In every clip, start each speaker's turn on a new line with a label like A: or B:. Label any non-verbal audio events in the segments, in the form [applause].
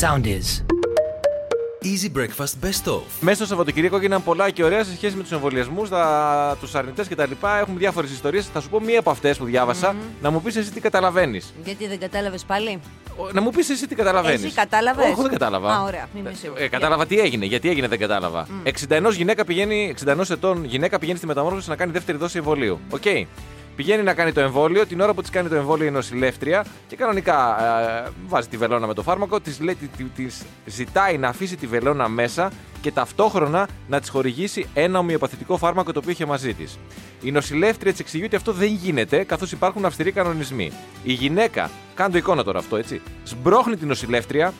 A: Sound is.
B: Easy Breakfast Best Of.
C: Μέσα στο Σαββατοκύριακο έγιναν πολλά και ωραία σε σχέση με τους εμβολιασμούς, τους αρνητές κτλ. Έχουμε διάφορες ιστορίες. Θα σου πω μία από αυτές που διάβασα, να μου πεις εσύ τι καταλαβαίνεις.
D: Γιατί δεν κατάλαβες πάλι.
C: Να μου πεις εσύ τι καταλαβαίνεις.
D: Εσύ κατάλαβες?
C: Όχι, δεν κατάλαβα.
D: Α, ωραία. Μη με συγχωρείς.
C: ε, κατάλαβα τι έγινε, γιατί έγινε, δεν κατάλαβα. 61 γυναίκα πηγαίνει, 61 ετών γυναίκα πηγαίνει στη μεταμόρφωση να κάνει δεύτερη δόση εμβολίου. Οκ. Πηγαίνει να κάνει το εμβόλιο, την ώρα που της κάνει το εμβόλιο η νοσηλεύτρια και κανονικά ε, βάζει τη βελόνα με το φάρμακο, της της ζητάει να αφήσει τη βελόνα μέσα και ταυτόχρονα να της χορηγήσει ένα ομοιοπαθητικό φάρμακο το οποίο είχε μαζί της. Η νοσηλεύτρια της εξηγεί ότι αυτό δεν γίνεται καθώς υπάρχουν αυστηροί κανονισμοί. Η γυναίκα, κάντο εικόνα τώρα αυτό έτσι, σμπρώχνει τη νοσηλεύτρια,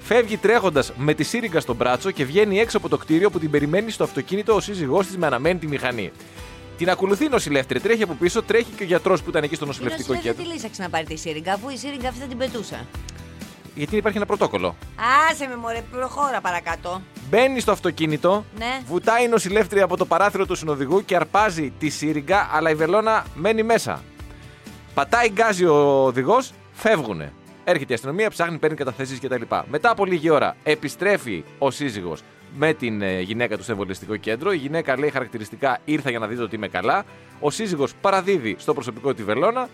C: Φεύγει τρέχοντας με τη σύριγγα στον μπράτσο και βγαίνει έξω από το κτίριο που την περιμένει στο αυτοκίνητο ο σύζυγός της με αναμένη τη μηχανή. Την ακολουθεί η νοσηλεύτρια, τρέχει από πίσω, τρέχει και ο γιατρός που ήταν εκεί στο
D: Η
C: νοσηλευτικό
D: νοσηλεύτρια
C: κέντρο.
D: τι λύσαξε να πάρει τη σύριγγα, αφού η σύριγγα αυτή θα την πετούσε.
C: Γιατί υπάρχει ένα πρωτόκολλο.
D: Άσε με μωρέ, προχώρα παρακάτω.
C: Μπαίνει στο αυτοκίνητο,
D: Ναι.
C: βουτάει η νοσηλεύτρια από το παράθυρο του συνοδηγού και αρπάζει τη σύριγγα, αλλά η βελόνα μένει μέσα. Πατάει γκάζι ο οδηγός, φεύγουνε. Έρχεται η αστυνομία, ψάχνει, παίρνει καταθέσεις κτλ. Μετά από λίγη ώρα επιστρέφει ο σύζυγος με την ε, γυναίκα του στο εμβολιαστικό κέντρο. Η γυναίκα λέει χαρακτηριστικά: Ήρθα για να δείτε ότι είμαι καλά. Ο σύζυγος παραδίδει στο προσωπικό τη βελόνα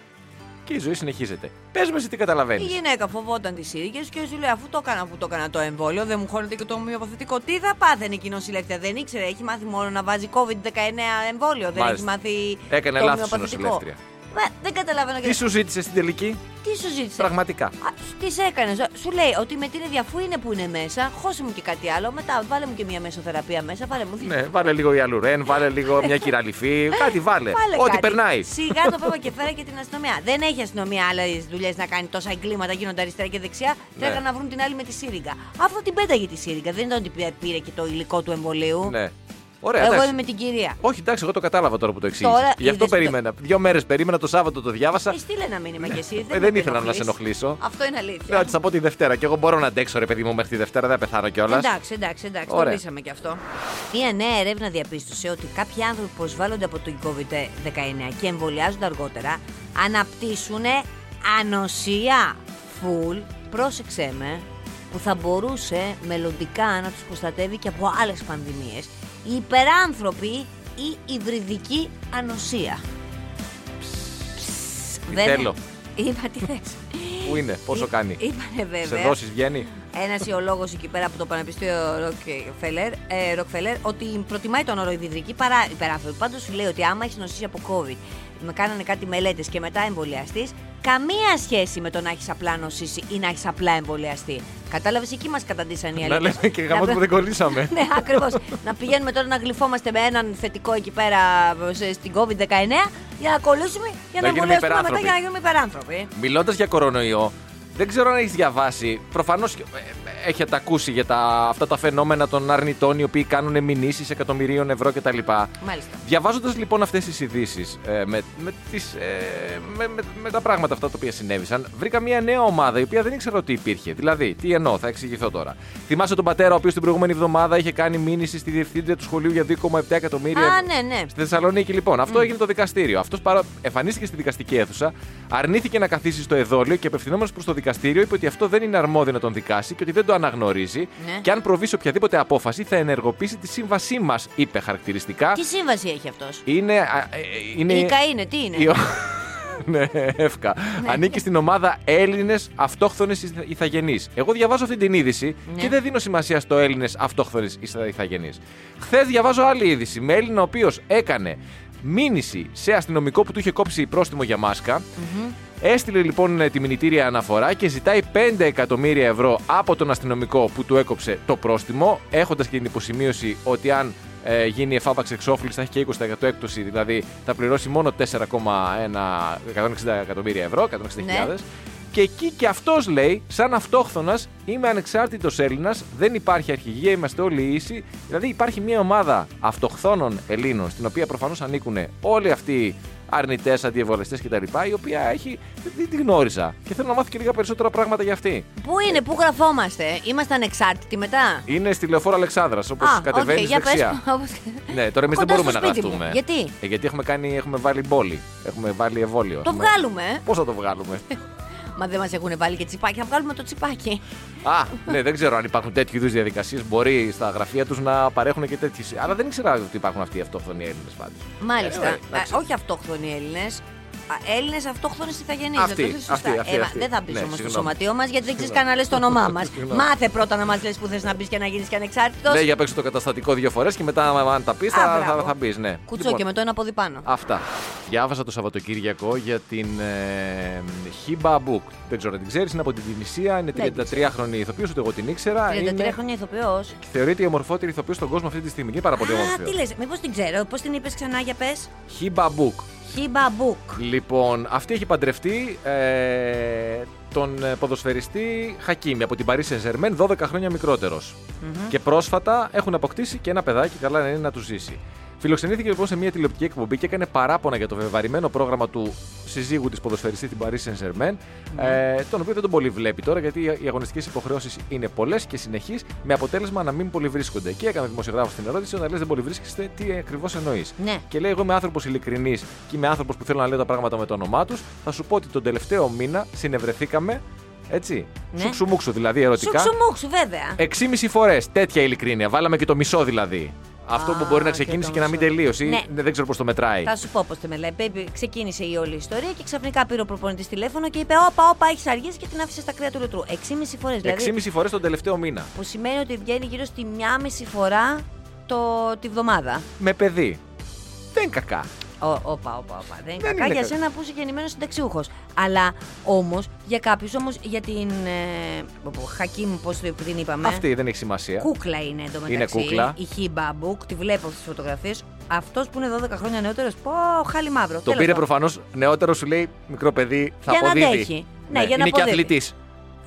C: και η ζωή συνεχίζεται. Πες με εσύ τι
D: Η
C: καταλαβαίνει.
D: γυναίκα φοβόταν τις σύριγγε και σου λέει: Αφού το έκανα, αφού το έκανα το εμβόλιο, δεν μου χώνεται και το ομοιοπαθητικό. Τι θα πάθαινε η νοσηλεύτρια. Δεν ήξερε, έχει μάθει μόνο να βάζει COVID-19 εμβόλιο. Δεν
C: Μάλιστα.
D: έχει μάθει.
C: Έκανε
D: το
C: λάθος η
D: ομοιοπαθητικό.
C: νοσηλεύτρια.
D: Μα, δεν καταλαβαίνω
C: Τι
D: γιατί.
C: σου ζήτησε στην τελική,
D: Τι σου ζήτησε.
C: πραγματικά.
D: Τι έκανε. Σου λέει ότι με την ίδια αφού είναι που είναι μέσα, χώσε μου και κάτι άλλο. Μετά βάλε μου και μια μεσοθεραπεία μέσα. Βάλε μου.
C: Ναι, βάλε λίγο Ιαλουρέν, βάλε λίγο μια κυραλυφή, κάτι βάλε. Ό,τι
D: Ε, κάτι.
C: περνάει.
D: Σιγά το πέμπα και φέρα και την αστυνομία. Δεν έχει αστυνομία άλλες δουλειές να κάνει τόσα εγκλήματα, γίνονται αριστερά και δεξιά.
C: Ναι.
D: Τρέχα να βρουν την άλλη με τη σύριγγα. Αυτό την πέταγε τη σύριγγα. Δεν ήταν ότι πήρε- πήρε και το υλικό του εμβολίου.
C: Ναι. Ωραία,
D: Εγώ
C: εντάξει.
D: είμαι με την κυρία.
C: Όχι, εντάξει, εγώ το κατάλαβα τώρα που το εξήγησες.
D: Τώρα
C: Γι' αυτό
D: είδες που το-
C: περίμενα. Δύο μέρες περίμενα, το Σάββατο το διάβασα.
D: Ε, στείλε ένα μήνυμα κι εσύ.
C: Ε, δεν
D: με
C: ήθελα να σε
D: ενοχλείς.
C: ενοχλήσω.
D: Αυτό είναι
C: Ναι,
D: αλήθεια.
C: της θα πω τη Δευτέρα. Και εγώ μπορώ να αντέξω, ρε παιδί μου, μέχρι τη Δευτέρα, δεν θα πεθάνω κιόλας.
D: Εντάξει, εντάξει, εντάξει. Το
C: Ωραία.
D: λύσαμε κι αυτό. Μία νέα έρευνα διαπίστωσε ότι κάποιοι άνθρωποι που προσβάλλονται από τον COVID-19 και εμβολιάζονται αργότερα αναπτύσσουν ανοσία. Φουλ, πρόσεξε με, που θα μπορούσε μελλοντικά να τους προστατεύει και από άλλες πανδημίες. Οι υπεράνθρωποι ή υβριδική ανοσία.
C: τι
D: Βέβαια-
C: θέλω.
D: Είπα τι θες.
C: Πού είναι, πόσο
D: Εί-
C: κάνει.
D: Είπανε
C: Σε
D: Ε, βέβαια.
C: δόσεις βγαίνει.
D: Ένας ιολόγος εκεί πέρα από το Πανεπιστήμιο Rockefeller, ε, Rockefeller, ότι προτιμάει τον όρο υβριδική παρά υπεράνθρωπη. Πάντω σου λέει ότι άμα έχεις νοσήσει από COVID, με κάνανε κάτι μελέτες και μετά εμβολιαστείς, καμία σχέση με το να έχεις απλά νοσήσει ή να έχεις απλά εμβολιαστεί. Κατάλαβες, εκεί μας καταντήσαν οι
C: Να
D: αλήθειες.
C: λέμε και γαμώ
D: Να-
C: που δεν κολλήσαμε.
D: [laughs] ναι, ακριβώς. να πηγαίνουμε τώρα να γλυφόμαστε με έναν θετικό εκεί πέρα σε- στην COVID-19 για να κολλήσουμε, για
C: Να
D: να,
C: γίνουμε
D: εμβολιαστούμε μετά
C: υπεράνθρωποι.
D: για να γίνουμε υπεράνθρωποι.
C: Μιλώντας για κορονοϊό, δεν ξέρω αν έχεις διαβάσει. Προφανώς έχετε ακούσει για τα, αυτά τα φαινόμενα των αρνητών οι οποίοι κάνουν μηνύσεις εκατομμυρίων ευρώ κτλ.
D: Μάλιστα.
C: Διαβάζοντας λοιπόν αυτές τις ειδήσεις ε, με, με, τις, ε, με, με, με τα πράγματα αυτά τα οποία συνέβησαν, βρήκα μια νέα ομάδα η οποία δεν ήξερα ότι υπήρχε. Δηλαδή, τι εννοώ, θα εξηγηθώ τώρα. Θυμάσαι τον πατέρα ο οποίος την προηγούμενη εβδομάδα είχε κάνει μήνυση στη διευθύντρια του σχολείου για 2,7 εκατομμύρια
D: Α,
C: ευρώ.
D: ναι, ναι.
C: Στη Θεσσαλονίκη λοιπόν. Αυτό έγινε το δικαστήριο. Αυτός παρα... εμφανίστηκε στη δικαστική αίθουσα, αρνήθηκε να καθίσει στο εδόλιο και απευθυνόμενος προς το δικαστήριο είπε ότι αυτό δεν είναι αρμόδιο να τον δικάσει και ότι δεν το αναγνωρίζει.
D: Ναι.
C: Και αν προβεί σε οποιαδήποτε απόφαση θα ενεργοποιήσει τη σύμβασή μας, είπε χαρακτηριστικά.
D: Τι σύμβαση έχει αυτός.
C: Είναι. α, ε, είναι...
D: Η καΐνε, τι είναι. Ναι.
C: η- [laughs] ναι, εύκα. Ανήκει στην ομάδα Έλληνες αυτόχθονε ηθαγενεί. Εγώ διαβάζω αυτή την είδηση
D: Ναι.
C: και δεν δίνω σημασία στο Έλληνες αυτόχθονε ηθαγενεί. Χθες διαβάζω άλλη είδηση με Έλληνα ο οποίος έκανε μήνυση σε αστυνομικό που του είχε κόψει πρόστιμο για μάσκα. Έστειλε λοιπόν ε, τη μηνυτήρια αναφορά και ζητάει 5 εκατομμύρια ευρώ από τον αστυνομικό που του έκοψε το πρόστιμο, έχοντας και την υποσημείωση ότι αν ε, γίνει εφάπαξ εξόφληση θα έχει και 20% έκπτωση, δηλαδή θα πληρώσει μόνο 4,1 160 εκατομμύρια ευρώ, 160.000.
D: Ναι.
C: Και εκεί και αυτός λέει, σαν αυτόχθονας, είμαι ανεξάρτητος Έλληνας, δεν υπάρχει αρχηγία, είμαστε όλοι ίσοι. Δηλαδή υπάρχει μια ομάδα αυτοχθόνων Ελλήνων, στην οποία προφανώς ανήκουν όλοι αυτοί αρνητέ, αντιευολεστέ κτλ. Η οποία έχει. Δεν τη γνώριζα. Και θέλω να μάθω και λίγα περισσότερα πράγματα για αυτή.
D: Πού είναι, πού γραφόμαστε, είμαστε ανεξάρτητοι μετά.
C: Είναι στη λεωφόρα Αλεξάνδρας, όπως
D: Α,
C: κατεβαίνει
D: οκ, για πες
C: δεξιά.
D: μου, όπως-
C: Ναι, τώρα εμείς δεν
D: Κοντά
C: μπορούμε να
D: στο σπίτι μου.
C: γραφτούμε.
D: Γιατί?
C: Ε, γιατί έχουμε, κάνει, έχουμε βάλει μπόλι. Έχουμε βάλει εμβόλιο.
D: Το
C: έχουμε-
D: βγάλουμε. ε.
C: Πώς θα το βγάλουμε.
D: Μα δεν μας έχουν βάλει και τσιπάκι. Να βγάλουμε το τσιπάκι.
C: Α, ναι, δεν ξέρω αν υπάρχουν τέτοιου είδους διαδικασίες. Μπορεί στα γραφεία τους να παρέχουν και τέτοιες. Αλλά δεν ήξερα ότι υπάρχουν αυτοί οι αυτόχθονοι Έλληνες πάντως.
D: Μάλιστα.
C: Ε, εντάξει.
D: Α, όχι αυτόχθονοι Έλληνες. Έλληνες αυτόχθονες ηθαγενείς.
C: Αυτοί, αυτοί, αυτοί,
D: ε, μα,
C: αυτοί.
D: δεν θα μπεις
C: Ναι,
D: όμως στο
C: συγγνώμη.
D: σωματείο μας γιατί δεν ξέρεις κανένα λες το όνομά μας.
C: Συγγνώμη.
D: Μάθε πρώτα να μας λες που θες να μπεις και να γίνεις και ανεξάρτητος.
C: Ναι, για παίξω το καταστατικό δύο φορές και μετά, αν τα πεις,
D: Α,
C: θα, θα,
D: μπράβο.
C: θα μπεις. Ναι.
D: Κουτσό
C: Λοιπόν,
D: και με το ένα πόδι πάνω.
C: Αυτά. Διάβασα το Σαββατοκύριακο για την ε, Χίμπα Μπουκ. Δεν ξέρω αν την ξέρεις, είναι από την Τινησία, είναι
D: Δεν
C: 33χρονη ηθοποιός, ούτε εγώ την ήξερα.
D: 33
C: είναι-
D: χρόνια ηθοποιός.
C: Θεωρείται η ομορφότερη ηθοποιός στον κόσμο αυτή τη στιγμή. Είναι πάρα πολύ
D: Α, τι
C: όμορφη.
D: λες, μήπως την ξέρω. Πώς την είπες ξανά για πες.
C: Χίμπα Μπουκ.
D: Χιμπαμπούκ.
C: Λοιπόν, αυτή έχει παντρευτεί ε, τον ε, ποδοσφαιριστή Χακίμη από την Paris Saint-Germain, 12 χρόνια μικρότερος. Και πρόσφατα έχουν αποκτήσει και ένα παιδάκι, καλά να είναι να τους ζήσει. Φιλοξενήθηκε λοιπόν σε μια τηλεοπτική εκπομπή και έκανε παράπονα για το βεβαρημένο πρόγραμμα του συζύγου της ποδοσφαιριστή την Paris Saint-Germain, ε, τον οποίο δεν τον πολύ βλέπει τώρα γιατί οι αγωνιστικές υποχρεώσεις είναι πολλές και συνεχείς, με αποτέλεσμα να μην πολύ βρίσκονται. Και έκανε δημοσιογράφος την ερώτηση: Όταν λε δεν πολύ βρίσκεστε, τι ακριβώς εννοείς.
D: Ναι.
C: Και λέει: Εγώ είμαι άνθρωπος ειλικρινής και είμαι άνθρωπος που θέλω να λέω τα πράγματα με το όνομά τους. Θα σου πω ότι τον τελευταίο μήνα συνευρεθήκαμε. Έτσι.
D: Ναι.
C: Σουξουμούξου δηλαδή ερωτικά.
D: Σουξουμούξου, βέβαια.
C: 6,5 φορές. Τέτοια ειλικρίνεια. Βάλαμε και το μισό δηλαδή. Αυτό
D: Α,
C: που μπορεί να
D: και
C: ξεκίνησε
D: το
C: και να μην
D: μισό.
C: τελείωσε. ή
D: Ναι.
C: Δεν ξέρω πώς το μετράει.
D: Θα σου πω πώς τη λέει. Baby, ξεκίνησε η όλη ιστορία και ξαφνικά πήρε ο προπονητής τηλέφωνο και είπε: Όπα, όπα, έχεις αργήσει και την άφησες στα κρύα του λουτρού. 6,5 φορές δηλαδή.
C: 6,5 φορές τον τελευταίο μήνα.
D: Που σημαίνει ότι βγαίνει γύρω στη μία μισή φορά το, τη βδομάδα.
C: Με παιδί. Δεν είναι κακά.
D: Ω, Όπα, όπα, όπα. Δεν είναι
C: Δεν
D: κακά
C: είναι
D: για
C: κακά.
D: σένα που είσαι γεννημένος συνταξιούχος. Αλλά όμως για κάποιους, όμως για την. Ε, Χακίμ, πώς την είπαμε.
C: Αυτή δεν έχει σημασία.
D: Κούκλα είναι εντωμεταξύ.
C: Είναι κούκλα.
D: Η Χίμπα Μπουκ, τη βλέπω στι φωτογραφίες. Αυτός που είναι 12 χρόνια νεότερος, πω, χάλι μαύρο.
C: Το
D: Τέλος
C: πήρε
D: πάντων.
C: προφανώς νεότερο, σου λέει μικρό παιδί, θα
D: Για να
C: αποδίδει.
D: αντέχει. Ναι, για να
C: είναι και
D: αποδίδει.
C: αθλητής.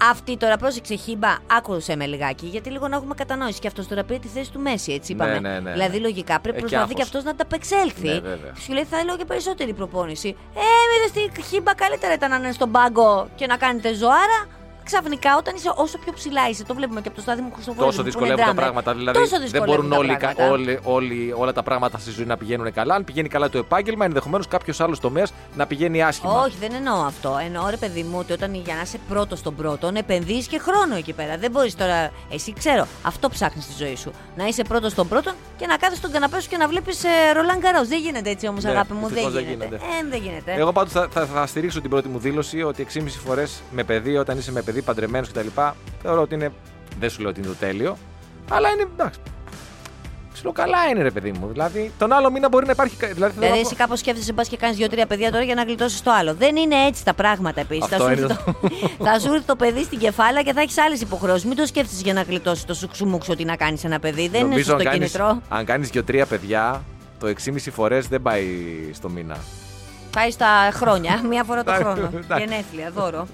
D: Αυτή τώρα, πρόσεξε, Χίμπα, άκουσε με λιγάκι, γιατί λίγο να έχουμε κατανόηση. Και αυτός τώρα πήρε τη θέση του Μέση, έτσι
C: Ναι,
D: είπαμε.
C: ναι, ναι,
D: δηλαδή,
C: ναι.
D: λογικά
C: Ε,
D: πρέπει
C: και
D: προσπαθεί και
C: άγχος.
D: αυτός να ανταπεξέλθει.
C: Ναι, βέβαια.
D: Σου λέει, θα έλεγα και περισσότερη προπόνηση. Ε, με τη Χίμπα, καλύτερα ήταν να είναι στον πάγκο και να κάνετε ζωάρα. Ξαφνικά, όταν είσαι όσο πιο ψηλά είσαι, το βλέπουμε και από το στάδιο μου Χρυστοφόρου.
C: Τόσο δυσκολεύουν τα πράγματα. Δηλαδή
D: τόσο
C: δεν
D: δυσκολεύουν
C: μπορούν
D: τα
C: όλοι, κα-
D: πράγματα.
C: όλοι- όλοι- όλα τα πράγματα στη ζωή να πηγαίνουν καλά. Αν πηγαίνει καλά το επάγγελμα, ενδεχομένως κάποιος άλλος τομέας να πηγαίνει άσχημα.
D: Όχι, δεν εννοώ αυτό. Εννοώ ρε παιδί μου ότι όταν για να είσαι πρώτος στον πρώτον, επενδύεις και χρόνο εκεί πέρα. Δεν μπορείς τώρα. Εσύ ξέρω, αυτό ψάχνεις στη ζωή σου. Να είσαι πρώτος στον πρώτον και να κάθεσαι στον καναπέ σου και να βλέπεις ε, ρολάν καρό. Δεν γίνεται έτσι όμως,
C: Ναι,
D: αγάπη μου. Δεν
C: δυστυχώς
D: γίνεται.
C: δεν γίνεται.
D: Ε, δεν γίνεται.
C: Εγώ πάντως θα, θα, θα στηρίξω την πρώτη μου δήλωση ότι 6,5 φορές με παιδί, όταν είσαι με παιδί παντρεμένος κτλ. Θεωρώ ότι είναι. Δεν σου λέω ότι είναι το τέλειο, αλλά είναι εντάξει. Ψιλοκαλά είναι ρε παιδί μου. Δηλαδή, τον άλλο μήνα μπορεί να υπάρχει. κα- Δηλαδή, θέλω
D: Δηλαδή,
C: να πω-
D: εσύ κάπως σκέφτεσαι μπα και κάνεις δύο-τρία παιδιά τώρα για να γλιτώσεις το άλλο. Δεν είναι έτσι τα πράγματα επίσης. Θα,
C: Αυτό
D: σου
C: είναι
D: έρθει το... [laughs] θα σου έρθει το παιδί στην κεφάλα και θα έχεις άλλες υποχρεώσεις. Μην το σκέφτεσαι για να γλιτώσεις το σουξουμούξο τι να κάνεις ένα παιδί. Δεν είναι
C: Νομίζω
D: σωστό
C: αν κάνεις-
D: κινητρό.
C: Αν κάνεις δύο-τρία παιδιά, το 6,5 φορές δεν πάει στο μήνα.
D: Πάει στα [laughs] χρόνια, μία φορά το
C: Εντάξει,
D: χρόνο.
C: εντάξει.
D: Γενέθλια, δώρο.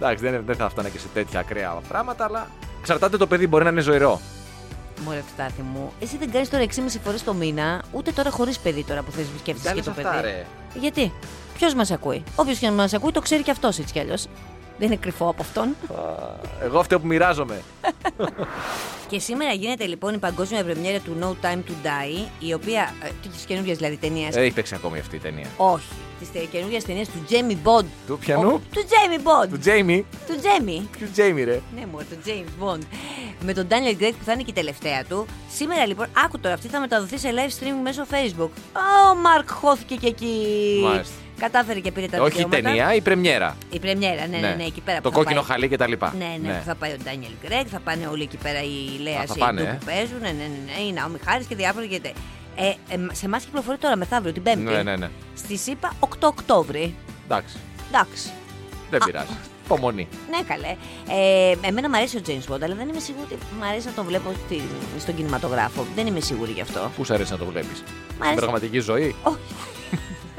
C: Εντάξει, δεν, δεν θα φτάνε και σε τέτοια ακραία πράγματα, αλλά εξαρτάται το παιδί, μπορεί να είναι ζωηρό.
D: Μωρέ, Φτάθη μου, εσύ δεν κάνεις τώρα 6,5 φορές το μήνα, ούτε τώρα χωρίς παιδί τώρα που θες σκέφτεσαι
C: Τα
D: και το
C: λες
D: παιδί.
C: αυτά, ρε.
D: Γιατί, ποιος μας ακούει. Όποιος και να μας ακούει το ξέρει και αυτός έτσι κι αλλιώς. Δεν είναι κρυφό από αυτόν.
C: Α, Εγώ αυτό που μοιράζομαι.
D: Και σήμερα γίνεται λοιπόν η παγκόσμια πρεμιέρα του No Time to Die, η οποία. ε, τη καινούργια δηλαδή ταινία.
C: Δεν Ε, έχει παίξει ακόμη αυτή η ταινία.
D: Όχι, τη καινούργια ταινία του Jamie Bond.
C: Του πιανού?
D: Ο- του Jamie Bond.
C: Του Τζέιμι.
D: του Jamie.
C: Ποιου Τζέιμι, ρε.
D: Ναι, μου, το James Bond. Με τον Daniel Craig που θα είναι και η τελευταία του. Σήμερα λοιπόν, άκου τώρα, αυτή θα μεταδοθεί σε live streaming μέσω Facebook. Α, Ο Μαρκ χώθηκε και εκεί.
C: Μάλιστα.
D: Κατάφερε και πήρε τα
C: Όχι η
D: δικαιώματα.
C: ταινία, η πρεμιέρα.
D: Η πρεμιέρα, ναι, ναι, ναι, εκεί πέρα.
C: Το
D: που θα
C: κόκκινο
D: πάει.
C: χαλί και τα λοιπά.
D: Ναι, ναι, που θα πάει ο Ντάνιελ Γκρέκ, θα πάνε όλοι εκεί πέρα οι Λέα
C: Α, θα
D: οι
C: πάνε,
D: Ντου
C: ε.
D: που παίζουν, ναι, ναι, ναι, ναι, η Ναόμι Χάρη και διάφορα και τε- ε, ε, σε εμάς κυκλοφορεί τώρα μεθαύριο την Πέμπτη.
C: Ναι, ναι, ναι.
D: Στη ΣΥΠΑ 8 Οκτώβρη.
C: Εντάξει.
D: Εντάξει.
C: Δεν πειράζει. Υπομονή.
D: Ναι, καλέ. Ε, εμένα μου αρέσει ο James Bond, αλλά δεν είμαι σίγουρη ότι μου αρέσει να τον βλέπω στη- στον κινηματογράφο. Δεν είμαι σίγουρη γι' αυτό.
C: Πού σου αρέσει να το βλέπεις.
D: αρέσει.
C: Στην πραγματική ζωή.
D: Όχι.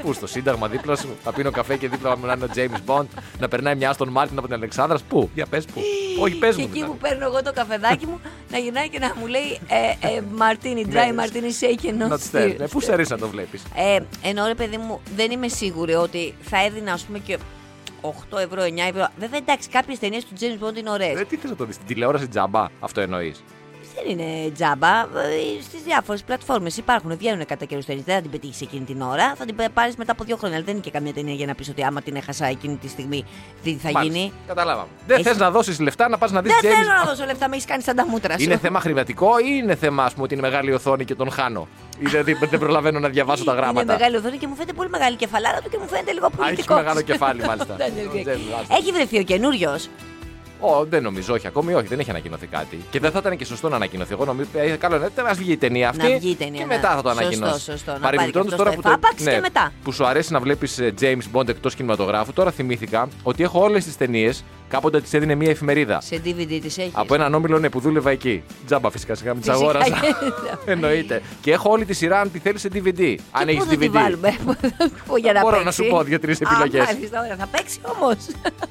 C: Πού στο Σύνταγμα δίπλα σου. Θα πίνω καφέ και δίπλα μου να είναι ο Τζέιμι Μποντ. Να περνάει μια Άστον Μάρτιν από την Αλεξάνδρα. Πού. Για πες πού. Όχι, πες
D: και
C: μου.
D: εκεί
C: δηλαδή.
D: που παίρνω εγώ το καφεδάκι μου, να γυρνάει και να μου λέει ε, ε,
C: Ναι.
D: Martini dry, Martini shaken,
C: Not
D: not
C: stirred.
D: stirred.
C: Ε, Πού σου αρέσει να το βλέπεις.
D: Ε, ενώ ρε παιδί μου, δεν είμαι σίγουρη ότι θα έδινα ας πούμε και 8 ευρώ, 9
C: Ε,
D: ευρώ. Βέβαια εντάξει, κάποιες ταινίες του James Bond είναι ωραίες.
C: Δεν τι θες να το δεις. Την τηλεόραση τζαμπά. Αυτό εννοείς.
D: Στην δεν είναι τζάμπα. Ε, Στις διάφορες πλατφόρμες υπάρχουν, βγαίνουν κατά καιρούς ταινίε. Δεν θα την πετύχεις εκείνη την ώρα, θα την πάρεις μετά από δύο χρόνια. Αλλά δεν είναι και καμία ταινία για να πεις ότι άμα την έχασα εκείνη τη στιγμή, τι θα
C: Μάλιστα.
D: γίνει.
C: Καταλάβαμε. Δεν
D: Εσύ-
C: θες να δώσεις λεφτά να πας να δεις
D: Δεν θέλω να δώσω λεφτά, με έχεις κάνει σαν τα μούτρα σου.
C: Είναι θέμα χρηματικό ή είναι θέμα, ας πούμε, ότι είναι μεγάλη οθόνη και τον χάνω. Ή δηλαδή δεν προλαβαίνω να διαβάσω τα
D: Είναι
C: γράμματα.
D: μεγάλη οθόνη και μου φαίνεται πολύ μεγάλη κεφαλάρα του και μου φαίνεται λίγο
C: Α, έχεις
D: πολιτικό.
C: μεγάλο κεφάλι,
D: [laughs]
C: μάλιστα.
D: Daniel Craig.
C: Τζέμι, άστα.
D: Έχει βρεθεί ο καινούριος.
C: Ω, δεν νομίζω, όχι, ακόμη όχι, δεν έχει ανακοινωθεί κάτι. Και δεν θα ήταν και σωστό να ανακοινωθεί. Εγώ νομίζω. ε, Καλό είναι, ας βγει η ταινία αυτή.
D: βγει η ταινία,
C: και
D: ναι.
C: μετά θα το
D: Σωστό,
C: ανακοινώσει.
D: σωστό. Να
C: Παρεμπιπτόντως,
D: πάρει και αυτό στο εφάπαξ και μετά.
C: Ναι, που σου αρέσει να βλέπεις James Bond εκτός κινηματογράφου, τώρα θυμήθηκα ότι έχω όλες τις ταινίες. Κάποτε τι έδινε μία εφημερίδα.
D: Σε DVD της έχεις.
C: Από έναν όμιλο ναι, που δούλευα εκεί. Τζάμπα φυσικά, σιγά μην τι
D: Φυσικά [laughs]
C: αγόρασα.
D: και-
C: Εννοείται. Και έχω όλη τη σειρά αν τη θέλεις σε DVD. αν έχει
D: Τη
C: DVD.
D: βάλουμε, [laughs] Πού για να
C: Μπορώ να
D: παίξει.
C: σου πω δύο-τρεις
D: Α,
C: επιλογές.
D: Μάλιστα, ωραία. Θα παίξει όμως.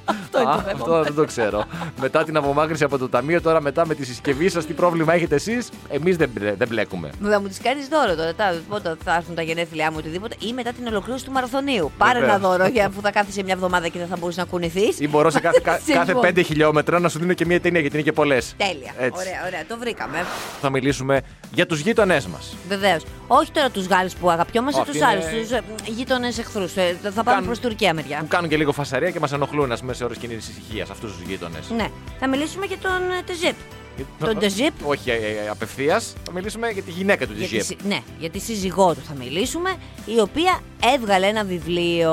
D: Αυτό είναι
C: Α,
D: το θέμα.
C: αυτό δεν το ξέρω. μετά την απομάκρυνση από το ταμείο, τώρα μετά με τη συσκευή σας, τι πρόβλημα έχετε εσείς, εμείς δεν, μπλε- δεν μπλέκουμε.
D: Μου θα μου τις κάνεις δώρο τώρα. Τα, πότε θα έρθουν τα γενέθλιά μου, οτιδήποτε. Ή μετά την ολοκλήρωση του μαραθωνίου. Πάρε
C: Βεβαίως.
D: ένα δώρο για που θα κάθεσαι μια εβδομάδα και δεν θα μπορείς να κουνηθείς.
C: Ή μπορώ σε κάθε,
D: [laughs]
C: κα-
D: Σε
C: κάθε
D: λοιπόν.
C: 5 χιλιόμετρα να σου δίνω και μία ταινία, γιατί είναι και πολλές.
D: Τέλεια. Ωραία, ωραία. Το βρήκαμε.
C: Θα μιλήσουμε για τους γείτονές μας.
D: Βεβαίως. Όχι τώρα τους Γάλλους που αγαπιόμαστε,
C: Αυτοί
D: του άλλου.
C: είναι-
D: Του γείτονες εχθρούς. Ε, Θα πάμε
C: Κάνουν-
D: προς Τουρκία μεριά.
C: Που κάνουν και λίγο φασαρία και μας ενοχλούν, ας πούμε, σε ώρες κοινή ησυχίας αυτούς τους γείτονες.
D: Ναι. Θα μιλήσουμε για τον ε, Τεζίπ. Τον Τεζίπ.
C: Όχι απευθείας. Θα μιλήσουμε για τη γυναίκα του
D: Για τη,
C: Τεζίπ.
D: συ- ναι, για τη σύζυγό του θα μιλήσουμε, η οποία έβγαλε ένα βιβλίο.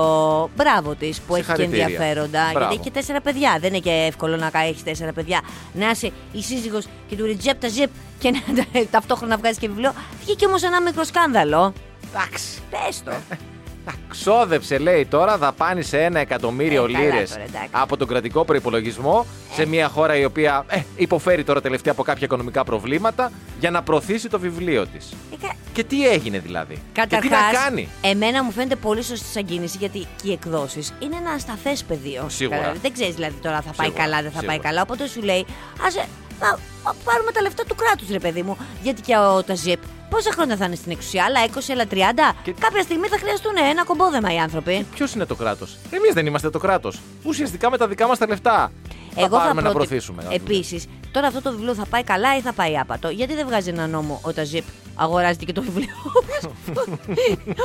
D: Μπράβο της που έχει και
C: Συγχαρητήρια.
D: ενδιαφέροντα.
C: Μπράβο.
D: Γιατί έχει και τέσσερα παιδιά. Δεν είναι και εύκολο να έχεις τέσσερα παιδιά. Να είσαι η σύζυγος και του Ριτζέπ τα Ζιπ και να [laughs] τα- ταυτόχρονα βγάζει και βιβλίο. Βγήκε όμως ένα μικρό σκάνδαλο.
C: Εντάξει. [laughs]
D: Πες το.
C: Ξόδεψε, λέει τώρα, δαπάνησε ένα εκατομμύριο
D: Ε, καλά
C: λίρες
D: τώρα, εντάξει. Ε.
C: από τον κρατικό προπολογισμό σε μια χώρα η οποία ε, υποφέρει τώρα τελευταία από κάποια οικονομικά προβλήματα για να προωθήσει το βιβλίο της.
D: Ε, κα-
C: Και τι έγινε δηλαδή. και τι
D: Καταρχά,
C: να κάνει.
D: εμένα μου φαίνεται πολύ σωστή σαν κίνηση γιατί και οι εκδόσεις είναι ένα ασταθέ πεδίο.
C: Σίγουρα.
D: Κατάλαβες. Δεν ξέρεις δηλαδή τώρα θα πάει
C: Σίγουρα,
D: καλά, δεν θα
C: σίγουρα.
D: πάει καλά. Οπότε σου λέει, ας πάρουμε τα λεφτά του κράτους, ρε παιδί μου. Γιατί και ο Ταζιέπ πόσα χρόνια θα είναι στην εξουσία, άλλα 20, άλλα 30.
C: Και-
D: Κάποια στιγμή θα χρειαστούν ένα κομπόδεμα οι άνθρωποι.
C: Ποιο Ε, είναι το κράτος. Εμείς δεν είμαστε το κράτος. Ουσιαστικά με τα δικά μας τα λεφτά. θα πάρουμε να προωθήσουμε. δηλαδή.
D: Επίσης, τώρα αυτό το βιβλίο θα πάει καλά ή θα πάει άπατο. Γιατί δεν βγάζει ένα νόμο ο Ταζίπ αγοράζεται και το βιβλίο.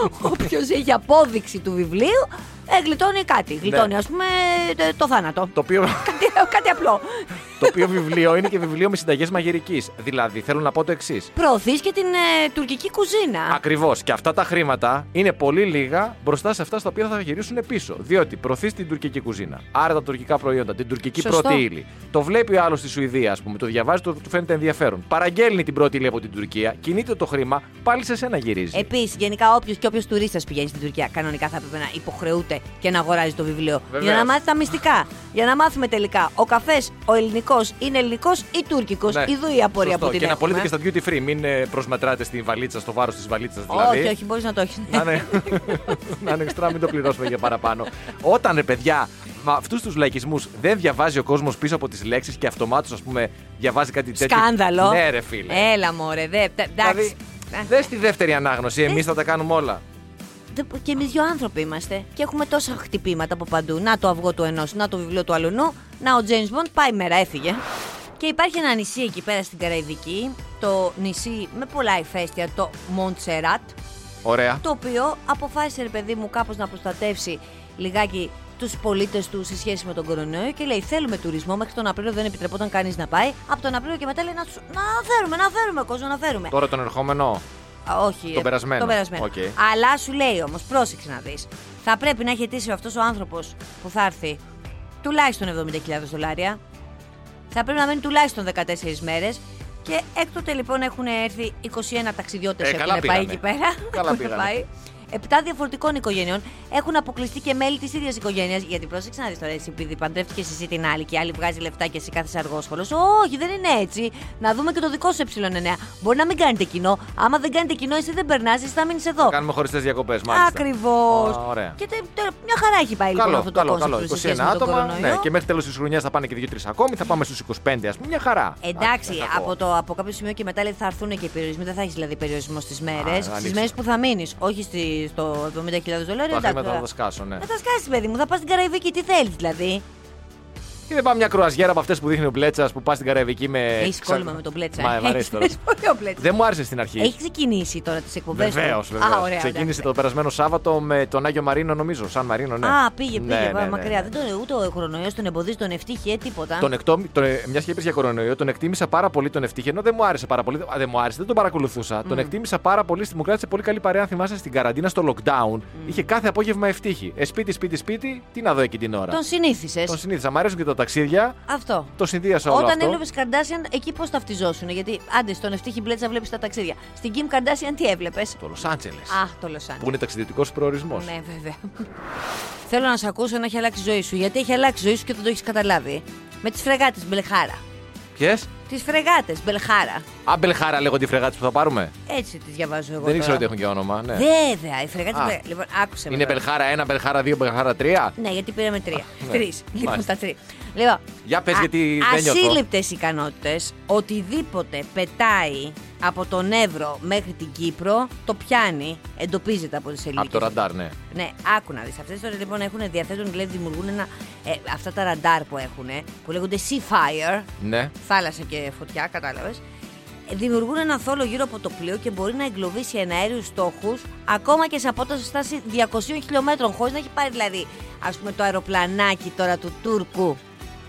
C: [laughs]
D: Όποιο έχει απόδειξη του βιβλίου, ε, γλιτώνει κάτι. Γλιτώνει, ας πούμε, ε, το θάνατο.
C: Ναι. Το οποίο,
D: Κάτι- Κάτι απλό.
C: το οποίο βιβλίο είναι και βιβλίο με συνταγές μαγειρικής. Δηλαδή, θέλω να πω το εξής.
D: Προωθείς και την ε, τουρκική κουζίνα.
C: Ακριβώς. Και αυτά τα χρήματα είναι πολύ λίγα μπροστά σε αυτά στα οποία θα γυρίσουν πίσω. Διότι προωθείς την τουρκική κουζίνα. Άρα τα τουρκικά προϊόντα, την τουρκική
D: Σωστό.
C: πρώτη ύλη. Το βλέπει ο άλλος στη Σουηδία, ας πούμε, το διαβάζει, το, του φαίνεται ενδιαφέρον. Παραγγέλνει την πρώτη ύλη από την Τουρκία, κινείται το χρήμα, πάλι σε σένα γυρίζει.
D: Επίσης, γενικά, όποιος και όποιος τουρίστας πηγαίνει στην Τουρκία, κανονικά θα έπρεπε να υποχρεούται και να αγοράζει το βιβλίο.
C: Βεβαίως.
D: Για να μάθει τα μυστικά. Για να μάθουμε τελικά. Ο καφές, ο ελληνικός, είναι ελληνικός ή τουρκικός.
C: Ναι.
D: Ιδού η απορία
C: Σωστό.
D: που την
C: Και να
D: έχουμε.
C: πωλείτε και στα duty free. Μην ε, προσμετράτε στην βαλίτσα, στο βάρος της βαλίτσας δηλαδή.
D: Όχι, όχι, μπορείς να το έχεις.
C: Να είναι, να είναι εξτρά, μην το πληρώσουμε για παραπάνω. Όταν ρε παιδιά, με αυτούς τους λαϊκισμούς δεν διαβάζει ο κόσμος πίσω από τις λέξεις και αυτομάτως, ας πούμε, διαβάζει κάτι τέτοιο.
D: Σκάνδαλο.
C: Ναι, ρε φίλε.
D: Έλα, μωρέ. Δε, τα-
C: δηλαδή,
D: εντάξει. Ε.
C: δες στη δεύτερη ανάγνωση, εμείς θα τα κάνουμε όλα.
D: Δε- Και εμείς δύο άνθρωποι είμαστε. Και έχουμε τόσα χτυπήματα από παντού. Να το αυγό του ενός, να το βιβλίο του αλουνού. Να ο James Bond πάει μέρα, έφυγε. Και υπάρχει ένα νησί εκεί πέρα στην Καραϊβική, το νησί με πολλά ηφαίστεια, το Μοντσεράτ.
C: Ωραία.
D: το οποίο αποφάσισε ρε παιδί μου κάπως να προστατεύσει λιγάκι τους πολίτες του σε σχέση με τον κορονοϊό και λέει θέλουμε τουρισμό μέχρι τον Απρίλιο δεν επιτρεπόταν κανείς να πάει από τον Απρίλιο και μετά λέει να, τους- να φέρουμε, να φέρουμε κόσμο, να φέρουμε
C: Τώρα τον ερχόμενο.
D: Α, Όχι,
C: τον
D: ε,
C: περασμένο.
D: τον περασμένο.
C: Οκ.
D: αλλά σου λέει όμως πρόσεξε να δεις θα πρέπει να έχει αιτήσει αυτός ο άνθρωπος που θα έρθει τουλάχιστον 70.000 δολάρια θα πρέπει να μένει τουλάχιστον 14 μέρες και έκτοτε λοιπόν έχουν έρθει 21 ταξιδιώτες
C: Ε,
D: έχουν
C: καλά
D: πάει
C: πήγανε.
D: εκεί πέρα.
C: Καλά
D: Έχουν
C: πήγανε.
D: πάει. Επτά διαφορετικών οικογενειών έχουν αποκλειστεί και μέλη της ίδιας οικογένειας. Γιατί πρόσεξε να δεις τώρα, εσύ, επειδή παντρεύτηκε εσύ την άλλη και η άλλη βγάζει λεφτά και εσύ κάθεσαι αργόσχολος. Όχι, δεν είναι έτσι. Να δούμε και το δικό σου ε9. Μπορεί να μην κάνετε κοινό. Άμα δεν κάνετε κοινό, εσύ δεν περνά, εσύ θα μείνεις εδώ.
C: Κάνουμε χωριστέ διακοπές, μάλιστα.
D: Ακριβώς.
C: Α, ωραία.
D: Και τε- τώρα μια χαρά έχει πάει λοιπόν
C: καλό,
D: αυτό το
C: καλό,
D: κόνσεπτ
C: καλό.
D: σε
C: 21
D: σχέση με τον
C: άτομα.
D: κορονοϊό.
C: Ναι, και μέχρι τέλος της χρονιάς θα πάνε και 2-3 ακόμη. Θα πάμε στους 25, ας πούμε. Μια χαρά.
D: Εντάξει,
C: Δεν
D: από,
C: κακό.
D: το, από κάποιο σημείο και μετά λέει, θα έρθουν και οι περιορισμοί. Δεν θα έχεις δηλαδή περιορισμός στις μέρες.
C: Α,
D: Στις
C: ανοίξτε.
D: μέρες που θα μείνεις. Όχι στη, στο 70.000 δολάρια.
C: Τα
D: εντάξει,
C: χρήματα θα
D: τώρα.
C: τα σκάσω, ναι.
D: Να τα σκάσεις, παιδί μου. Θα πας στην Καραϊβική, τι θέλεις δηλαδή.
C: Και δεν πάμε μια κρουαζιέρα από αυτές που δείχνει ο Μπλέτσας που πας στην Καραϊβική με.
D: Έχεις κόλλημα με τον Πλέτσα.
C: Ε, Μα, μ' αρέσει τώρα.
D: Έχεις [laughs] πολύ ο Πλέτσα.
C: Δεν μου άρεσε στην αρχή.
D: Έχεις ξεκινήσει τώρα τις εκπομπές.
C: Βεβαίω, βεβαίω. Ξεκίνησε το περασμένο Σάββατο με τον Άγιο Μαρίνο, νομίζω. Σαν Μαρίνο, ναι.
D: Α, πήγε, πήγε
C: Ναι, ναι,
D: πά-
C: ναι.
D: μακριά. Δεν τον, ούτε ο χρονοϊός τον εμποδίζει, τον ευτύχε, τίποτα.
C: Τον εκτόμη, τον, μιας και είπες για κορονοϊό, τον εκτίμησα πάρα πολύ, τον ευτύχη, ενώ δεν μου άρεσε πάρα πολύ. Α, δεν μου άρεσε, δεν τον παρακολουθούσα. Τον εκτίμησα πάρα πολύ, στη- μου κράτησε πολύ καλή παρέα, αν θυμάσαι, στην καραντίνα, στο lockdown. Είχε κάθε απόγευμα ευτύχη. Ε, σπίτι, σπίτι, σπίτι, τι να δω εκεί την ώρα.
D: Τον συνήθισες.
C: Τον συνήθισα. Μ' αρέσουν και τα ταξίδια.
D: Αυτό.
C: Το συνδύασα όλο
D: Όταν
C: αυτό.
D: έλαβε Καρντάσιαν, εκεί πώς ταυτιζόσουν. Γιατί άντε, στον ευτύχη Μπλέτσα βλέπεις τα ταξίδια. Στην Κιμ Καρντάσιαν τι έβλεπες.
C: Το Los Angeles.
D: Α, το Λο
C: Που είναι ταξιδιωτικός προορισμός.
D: Ναι, βέβαια. [laughs] Θέλω να σε ακούσω να έχει αλλάξει η ζωή σου. Γιατί έχει αλλάξει η ζωή σου και δεν το έχεις καταλάβει. Με τις φρεγάτες Μπελχάρα.
C: Ποιες?
D: Τις φρεγάτες Μπελχάρα.
C: Αμπελχάρα λέγονται οι φρεγάτες που θα πάρουμε.
D: Έτσι τις διαβάζω εγώ.
C: δεν ήξερα
D: ήξερα
C: ότι έχουν και όνομα. Ναι.
D: Βέβαια, η φρεγάτη.
C: Α.
D: Μπε- Λοιπόν, άκουσε με.
C: Είναι
D: τώρα.
C: Μπελχάρα 1, Μπελχάρα 2, Μπελχάρα 3.
D: Ναι, γιατί πήραμε τρία.
C: ναι.
D: Τρεις. Λοιπόν,
C: Μάλιστα.
D: στα τρία. Λοιπόν,
C: Για πες, γιατί δεν νιώθω.
D: Ασύλληπτες ικανότητες. Οτιδήποτε πετάει από τον Εύρο μέχρι την Κύπρο, το πιάνει. Εντοπίζεται από τις σελίδε.
C: Από το ραντάρ, ναι.
D: Ναι, άκου να δεις. Αυτές τώρα λοιπόν έχουν διαθέτουν, δηλαδή δημιουργούν ένα, ε, αυτά τα ραντάρ που έχουν, που λέγονται Sea Fire,
C: Ναι.
D: θάλασσα και φωτιά, κατάλαβες. Δημιουργούν ένα θόλο γύρω από το πλοίο και μπορεί να εγκλωβίσει εναέριου στόχους ακόμα και σε απόσταση στάση 200 χιλιόμετρων, χωρίς να έχει πάρει δηλαδή, ας πούμε, το αεροπλανάκι τώρα του Τούρκου.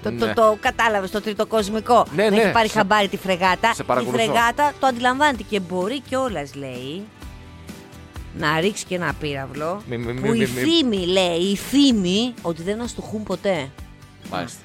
D: Το,
C: Ναι.
D: το, το κατάλαβες, το τριτοκοσμικό.
C: Ναι,
D: να
C: ναι,
D: έχει πάρει
C: σε-
D: χαμπάρι τη φρεγάτα.
C: σε
D: η
C: παρακολουθώ.
D: φρεγάτα το αντιλαμβάνεται και μπορεί κιόλας, λέει, να ρίξει και ένα πύραυλο.
C: Μη- μη- μη-
D: που η
C: μη- μη-
D: φήμη, λέει, η φήμη ότι δεν αστοχούν ποτέ.
C: Μάλιστα.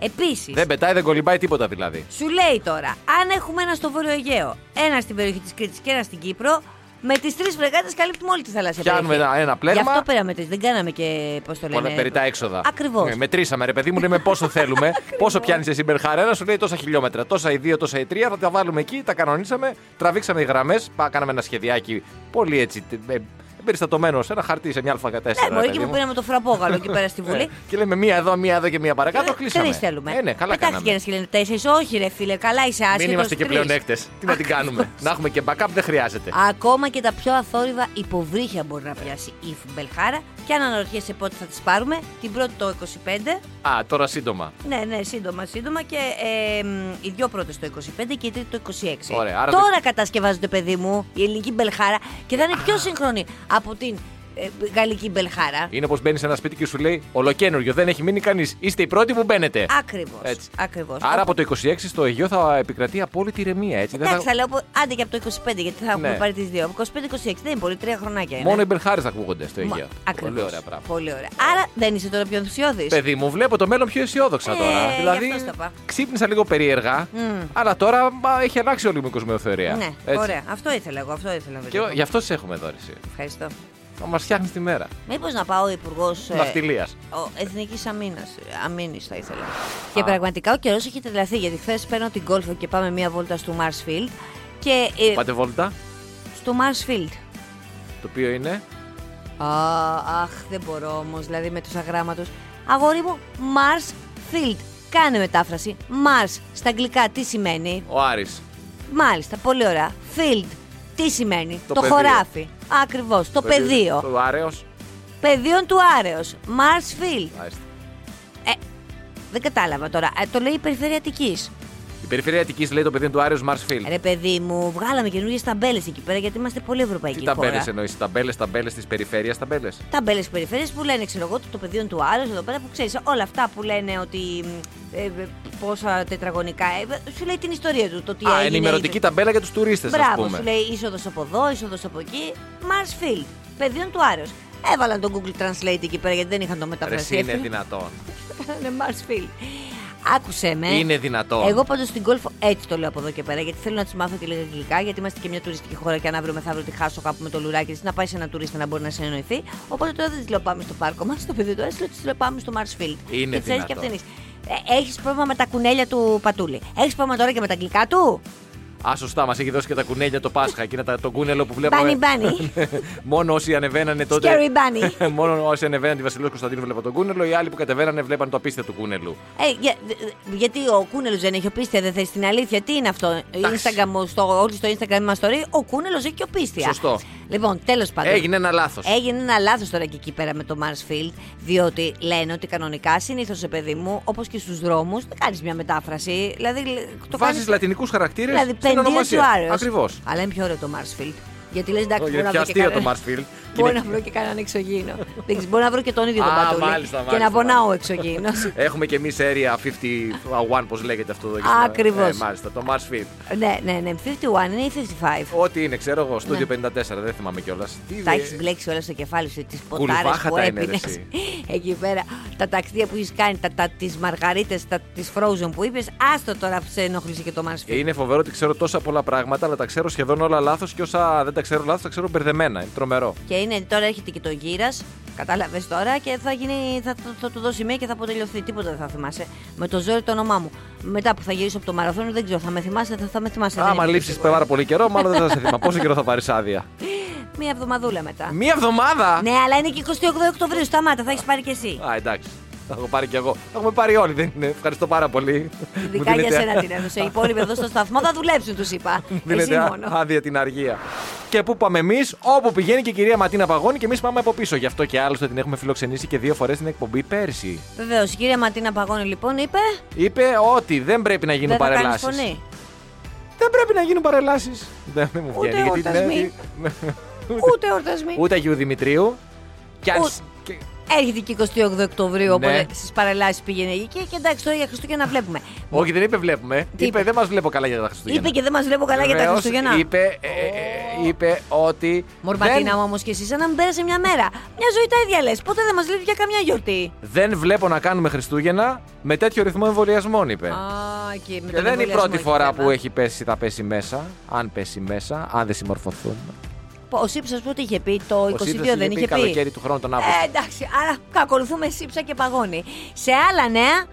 D: Ναι. Επίσης.
C: Δεν πετάει, δεν κολυμπάει τίποτα δηλαδή.
D: Σου λέει τώρα, αν έχουμε ένα στο Βόρειο Αιγαίο, ένα στην περιοχή της Κρήτης και ένα στην Κύπρο, με τις τρεις φρεγάτες καλύπτουμε όλη τη θαλάσσια
C: Πιάνουμε
D: περιοχή.
C: ένα- ένα πλέγμα.
D: Γι' αυτό πήραμε τρεις. Δεν κάναμε και πώς το λένε.
C: Πολλά περί τα έξοδα.
D: Ακριβώς.
C: Ναι, μετρήσαμε, ρε παιδί μου, λέμε
D: [laughs]
C: πόσο θέλουμε. πόσο πιάνεις εσύ μπερχάρα. Ένα σου λέει τόσα χιλιόμετρα. Τόσα οι δύο, τόσα οι τρία. Θα τα βάλουμε εκεί, τα κανονίσαμε. Τραβήξαμε οι γραμμές. Κάναμε ένα σχεδιάκι πολύ έτσι. τε- ε, Περιστατωμένος σε ένα χαρτί σε μια Α4.
D: Ναι,
C: ρε
D: μπορεί
C: παιδί
D: και που
C: μου.
D: πήραμε το φραμπόγαλο εκεί πέρα στη
C: Ναι.
D: Βουλή.
C: Και λέμε μία εδώ, μία εδώ και μία παρακάτω. κλείσαμε.
D: Τρεις θέλουμε.
C: Ε, ναι, καλά
D: Πετάχτηκε
C: κάναμε.
D: ένας και λένε τέσσερι. Όχι, ρε φίλε, καλά είσαι άσχετο.
C: Μην είμαστε και πλεονέκτες. Τι να την κάνουμε. να έχουμε και backup δεν χρειάζεται.
D: Ακόμα και τα πιο αθόρυβα υποβρύχια μπορεί να πιάσει η Μπελχάρα. Και αν αναρωτιέσαι πότε θα τις πάρουμε, την πρώτη το 25,
C: Α, τώρα σύντομα.
D: Ναι, ναι, σύντομα, σύντομα και ε, μ, οι δύο πρώτες το 25 και οι τρίτη το 26.
C: Ωραία, άρα
D: Τώρα κατασκευάζονται, παιδί μου, η ελληνική μπελχάρα και θα είναι πιο σύγχρονη από την ε, γαλλική μπελχάρα.
C: Είναι όπω μπαίνεις σε ένα σπίτι και σου λέει Ολοκένουργιο, δεν έχει μείνει κανείς. Είστε οι πρώτοι που μπαίνετε.
D: Ακριβώς.
C: Ε, Έτσι.
D: Ακριβώς.
C: Άρα από το 26 στο Αιγαίο θα επικρατεί απόλυτη ηρεμία, έτσι. δεν
D: Εντάξει,
C: θα...
D: θα λέω που- άντε και από το 25, γιατί θα έχουμε
C: Ναι.
D: πάρει τις δύο. Από 25-26 δεν μπορεί, τρία χρονάκια. Είναι.
C: Μόνο οι μπερχάρε θα ακούγονται στο Αιγαίο.
D: Ακριβώ.
C: Πολύ ωραία πράγμα.
D: Πολύ ωραία. Άρα δεν είσαι τώρα πιο ενθουσιώδης.
C: Παιδί μου, βλέπω το μέλλον πιο αισιόδοξα
D: Ε,
C: τώρα.
D: γι'
C: δηλαδή,
D: αυτό στο πα.
C: ξύπνησα λίγο περίεργα, αλλά τώρα μα, έχει αλλάξει όλη μου η κοσμεοθεωρία.
D: Ναι,
C: Έτσι.
D: ωραία. Αυτό ήθελα εγώ. Αυτό ήθελα να
C: Και
D: πω.
C: γι' αυτό σε έχουμε εδώ, εσύ.
D: Ευχαριστώ.
C: Να μας φτιάχνεις τη μέρα.
D: Μήπως να πάω ε, υπουργό.
C: Ναυτιλίας.
D: Ο Εθνικής Αμήνης θα ήθελα. Και πραγματικά ο καιρός έχει τρελαθεί γιατί χθες παίρνω την κόλφο και πάμε μία βόλτα στο Marsfield. Και ε,
C: Πάτε βόλτα,
D: στο Marsfield.
C: το οποίο είναι.
D: Α, αχ, δεν μπορώ όμως, δηλαδή με τους αγράμματους. Αγόρι μου, Marsfield. Κάνε μετάφραση. Mars στα αγγλικά τι σημαίνει.
C: Ο Άρης.
D: Μάλιστα, πολύ ωραία. Field. Τι σημαίνει.
C: Το
D: Το,
C: πεδίο.
D: χωράφι. Ακριβώς. Το, πεδίο.
C: Το Άρεος.
D: Πεδίον του Άρεος. Marsfield.
C: Μάλιστα.
D: Δεν κατάλαβα τώρα. Ε, το λέει η Περιφέρεια Αττικής.
C: Η περιφέρεια Αττικής λέει το παιδί του Άρεος Μαρσφίλ.
D: Ρε παιδί μου, βγάλαμε καινούργιες ταμπέλες εκεί πέρα γιατί είμαστε πολύ ευρωπαϊκοί.
C: Τι
D: χώρα.
C: ταμπέλε εννοείς, ταμπέλες, ταμπέλες της περιφέρειας, ταμπέλες.
D: Ταμπέλες περιφέρειε που λένε, ξέρω εγώ, το, το πεδίο του Άρεο εδώ πέρα που ξέρεις όλα αυτά που λένε ότι. μ, ε, ε, πόσα τετραγωνικά. ε, σου λέει την ιστορία του. Το τι
C: Α,
D: έγινε,
C: ενημερωτική
D: είπε.
C: ταμπέλα για τους τουρίστες, ας
D: Μπράβο,
C: πούμε.
D: σου λέει είσοδος από εδώ, είσοδος από εκεί. Marsfield, πεδίο του Άρεο. Έβαλαν τον Google Translate εκεί πέρα γιατί δεν είχαν το
C: Ρε,
D: μεταφραστεί.
C: είναι
D: [laughs]
C: δυνατόν.
D: Κάνανε Marsfield. Άκουσε με.
C: Είναι δυνατόν.
D: Ναι. Εγώ πάντως στην κόλφο έτσι το λέω από εδώ και πέρα, γιατί θέλω να τη μάθω και λίγα αγγλικά, γιατί είμαστε και μια τουριστική χώρα και αν αύριο μεθαύριο τη χάσω κάπου με το λουράκι της, να πάει σε ένα τουρίστα να μπορεί να συνεννοηθεί. Οπότε τώρα δεν της λέω πάμε στο πάρκο μας, στο παιδί του έστειλε, της λέω πάμε στο Marsfield.
C: Είναι
D: και ξέρει και
C: δυνατόν.
D: αυτήν Έχεις πρόβλημα με τα κουνέλια του πατούλη. Έχεις πρόβλημα τώρα και με τα αγγλικά του.
C: Α, σωστά, μας έχει δώσει και τα κουνέλια το Πάσχα. Εκείνα τα, το κούνελο που βλέπαμε.
D: Μπάνι μπάνι.
C: [laughs] μόνο όσοι ανεβαίνανε τότε.
D: Scary
C: [laughs]
D: bunny.
C: μόνο όσοι ανεβαίνανε τη Βασιλεία Κωνσταντίνου βλέπαν τον κούνελο. Οι άλλοι που κατεβαίνανε βλέπαν το απίστευτο του κούνελου.
D: Ε, για- δε- δε- γιατί ο Κούνελος δεν έχει οπίστια, δεν θες την αλήθεια. Τι είναι αυτό. Instagram, στο, όλοι στο Instagram μας story, ο Κούνελος έχει και οπίστια.
C: Σωστό.
D: Λοιπόν, τέλος πάντων.
C: Έγινε ένα λάθος.
D: Έγινε ένα λάθος τώρα και εκεί πέρα με το Marsfield, διότι λένε ότι κανονικά συνήθως σε παιδί μου, όπως και στους δρόμους, δεν κάνεις μια μετάφραση. Δηλαδή, το
C: Βάζεις
D: κάνεις...
C: λατινικούς χαρακτήρες
D: Δηλαδή,
C: στην
D: πενδύει ο
C: ονομασία.
D: Άρεος.
C: Ακριβώς.
D: Αλλά είναι πιο ωραίο το Marsfield. Γιατί λες, εντάξει,
C: Όχι,
D: μπορώ
C: είναι πια
D: να βρω και
C: αστείο το
D: κανένα-
C: Marsfield.
D: [laughs] Μπορώ
C: Είναι-
D: να βρω και κανέναν
C: [laughs]
D: εξωγήινο. Δεν ξέρω, Μπορώ να βρω και τον ίδιο τον
C: Α,
D: Πατούλη.
C: μάλιστα,
D: Και να
C: μάλιστα,
D: πονάω
C: μάλιστα.
D: εξωγήινος.
C: Έχουμε και εμείς area 51, πώς λέγεται αυτό εδώ. και
D: Α,
C: στην-
D: ακριβώς.
C: Ε, μάλιστα, το Marsfield.
D: [laughs] ναι, ναι, ναι. 51 είναι ή 55.
C: Ό,τι είναι, ξέρω εγώ, στο 54, δεν θυμάμαι κιόλας.
D: Ναι. Τα έχεις μπλέξει όλα στο κεφάλι σου, τις ποτάρες
C: Κουλουβάχατα
D: που
C: είναι, ρε,
D: έπινες.
C: εσύ.
D: [laughs] Εκεί πέρα. Τα ταξίδια που έχεις κάνει, τα, τα, τις μαργαρίτες, τα, τις frozen που είπες. Άστο τώρα που σε ενόχλησε και το Marsfield.
C: Είναι φοβερό ότι ξέρω τόσα πολλά πράγματα, αλλά τα ξέρω σχεδόν όλα λάθος και όσα δεν τα ξέρω λάθος τα ξέρω μπερδεμένα. Είναι τρομερό.
D: Και είναι, τώρα έρχεται και το γύρας. Κατάλαβες τώρα και θα, γίνει, θα, θα, θα του δώσει μία και θα αποτελειωθεί. Τίποτα δεν θα θυμάσαι. Με το ζόρι το όνομά μου. Μετά που θα γυρίσω από το μαραθώνιο, δεν ξέρω, θα με θυμάσαι, δεν θα με θυμάσαι. δεν
C: Άμα
D: είμαι
C: λείψει
D: σίγουρη.
C: πάρα πολύ καιρό, μάλλον δεν θα
D: [laughs]
C: σε θυμάμαι. Πόσο καιρό θα πάρεις άδεια.
D: Μία εβδομαδούλα μετά.
C: Μία εβδομάδα!
D: Ναι, αλλά είναι και 28 Οκτωβρίου. Σταμάτα, θα έχεις πάρει κι εσύ.
C: Α, εντάξει. Θα έχω πάρει κι εγώ. Θα έχουμε πάρει όλοι, δεν είναι. Ευχαριστώ πάρα πολύ. Μου
D: Ειδικά για
C: δίνετε-
D: σένα την έδωσε. Οι υπόλοιποι εδώ στο σταθμό θα δουλέψουν, τους είπα.
C: μου [laughs]
D: Εσύ
C: Δίνετε α-
D: μόνο.
C: άδεια την αργία. Και πού πάμε εμείς, όπου πηγαίνει και η κυρία Ματίνα Παγώνη και εμείς πάμε από πίσω. Γι' αυτό και άλλωστε την έχουμε φιλοξενήσει και δύο φορές στην εκπομπή πέρσι.
D: Βεβαίως, η κυρία Ματίνα Παγώνη λοιπόν είπε.
C: Είπε ότι δεν πρέπει να γίνουν
D: Δεν θα κάνεις
C: παρελάσεις. [laughs]
D: φωνή.
C: Δεν πρέπει να γίνουν παρελάσεις. Δεν μου
D: Ούτε
C: βγαίνει. γιατί
D: εορτασμοί.
C: ναι, ούτε-
D: Ούτε εορτασμοί.
C: Ούτε Αγίου Δημητρίου. Κι αν.
D: Ούτε-
C: σ- και-
D: Έρχεται και 28 Οκτωβρίου,
C: Ναι.
D: οπότε στις παρελάσεις πήγαινε εκεί και εντάξει τώρα για Χριστούγεννα βλέπουμε.
C: Όχι, δεν είπε βλέπουμε.
D: Τι
C: Είπε
D: είπε?
C: δεν μας βλέπω καλά για τα Χριστούγεννα.
D: Είπε και δεν μας βλέπω καλά για τα
C: Βεβαίως,
D: Χριστούγεννα.
C: Είπε, ε, ε, ε, είπε ότι.
D: Μορματίνα
C: δεν-
D: μου όμως και εσύ, σαν να μην πέρασε μια μέρα. Μια ζωή τα ίδια λες. Πότε δεν μας βλέπει για καμιά γιορτή.
C: Δεν βλέπω να κάνουμε Χριστούγεννα με τέτοιο ρυθμό εμβολιασμών, είπε.
D: Α, και,
C: Ναι. Και
D: με
C: Ε,
D: τον
C: δεν είναι η
D: εμβολιασμό
C: πρώτη
D: έχει
C: φορά
D: θέμα.
C: που έχει πέσει, θα πέσει μέσα. Αν πέσει μέσα, αν δεν συμμορφωθούν.
D: Ο Σίψας πότε είχε πει, το
C: Ο
D: 22
C: Σύντας είχε
D: δεν είχε πει.
C: καλοκαίρι του χρόνου τον Αύγουστο.
D: Ε, εντάξει, άρα ακολουθούμε σύψα και παγώνει. Σε άλλα νέα,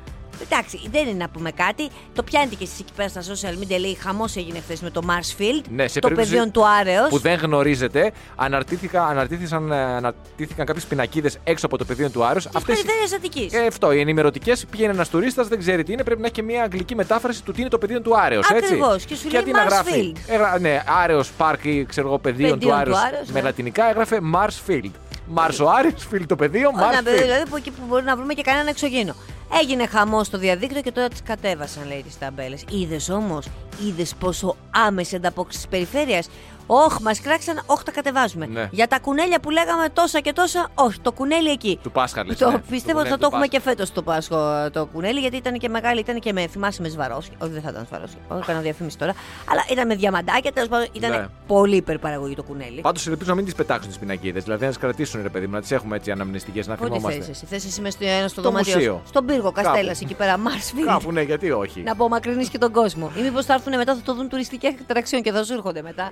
D: εντάξει, δεν είναι να πούμε κάτι. Το πιάνετε και εσεί εκεί πέρα στα social media. Λέει χαμός έγινε χθες με το Marsfield.
C: Ναι, σε
D: το
C: περίπτωση
D: πεδίο του Άρεος.
C: που δεν γνωρίζετε, αναρτήθηκα, αναρτήθησαν, ε, αναρτήθηκαν κάποιες πινακίδες έξω από το πεδίο του Άρεος.
D: Της περιφέρειας Αττικής.
C: Ε, αυτό, οι ενημερωτικές. Πηγαίνει ένας τουρίστας, δεν ξέρει τι είναι, πρέπει να έχει και μια αγγλική μετάφραση του τι είναι το πεδίο του Άρεος.
D: Ακριβώς, και σου λέει
C: αντί να γράφει.
D: Marsfield.
C: Έγρα, ναι, Άρεος Πάρκ ή ξέρω εγώ πεδίο
D: Πεδίων
C: του
D: του
C: Άρεος.
D: Άρεος,
C: Με
D: ναι.
C: λατινικά έγραφε Marsfield. Mars ο Άρεο, φίλ το πεδίο,
D: Ένα παιδί
C: Marsfield.
D: δηλαδή που εκεί που μπορεί να βρούμε και κανένα εξωγήινο. Έγινε χαμός στο διαδίκτυο και τώρα τις κατέβασαν, λέει, τις ταμπέλες. Είδες όμως, είδες πόσο άμεση ανταπόκριση της περιφέρειας. Όχι, μας κράξαν, όχι τα κατεβάζουμε.
C: Ναι.
D: Για τα κουνέλια που λέγαμε τόσα και τόσα, όχι, το κουνέλι εκεί.
C: Του Πάσχα, λες,
D: Το
C: ναι,
D: πιστεύω
C: του
D: ότι θα
C: κουνέλι
D: το
C: του
D: έχουμε
C: Πάσχα.
D: και φέτος το Πάσχο το κουνέλι, γιατί ήταν και μεγάλη, ήταν και με. Θυμάσαι με Σβαρόσκι. Όχι, δεν θα ήταν Σβαρόσκι. Όχι, έκανα διαφήμιση τώρα. Αλλά ήταν με διαμαντάκια, τέλος πάντων ήταν
C: Ναι.
D: πολύ υπερπαραγωγή το κουνέλι.
C: Πάντως ελπίζω να μην τις πετάξουν τις πινακίδες. Δηλαδή να τις κρατήσουν, ρε παιδί μου, να τις έχουμε έτσι αναμνηστικές, να
D: Πού τι θες
C: θυμόμαστε.
D: εσύ, θες εσύ μες στο, ένα στο
C: Το
D: δωμάτιο.
C: μουσείο.
D: Στον πύργο Καστέλα
C: Κάπου.
D: εκεί πέρα, Μάρσφιλ.
C: Κάπου, ναι, γιατί όχι.
D: Να απομακρύνεις και τον κόσμο. Ή μήπως θα έρθουν μετά, θα το δουν τουριστικά τραξιόν και θα σου έρχονται μετά.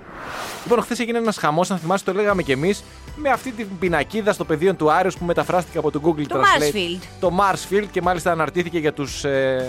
C: Λοιπόν, χθες έγινε ένας χαμός, αν θυμάστε, το λέγαμε κι εμείς, με αυτή την πινακίδα στο πεδίο του Άριου που μεταφράστηκε από το Google
D: Το
C: Translate.
D: Marsfield.
C: Το Marsfield και μάλιστα αναρτήθηκε για τους. Ε,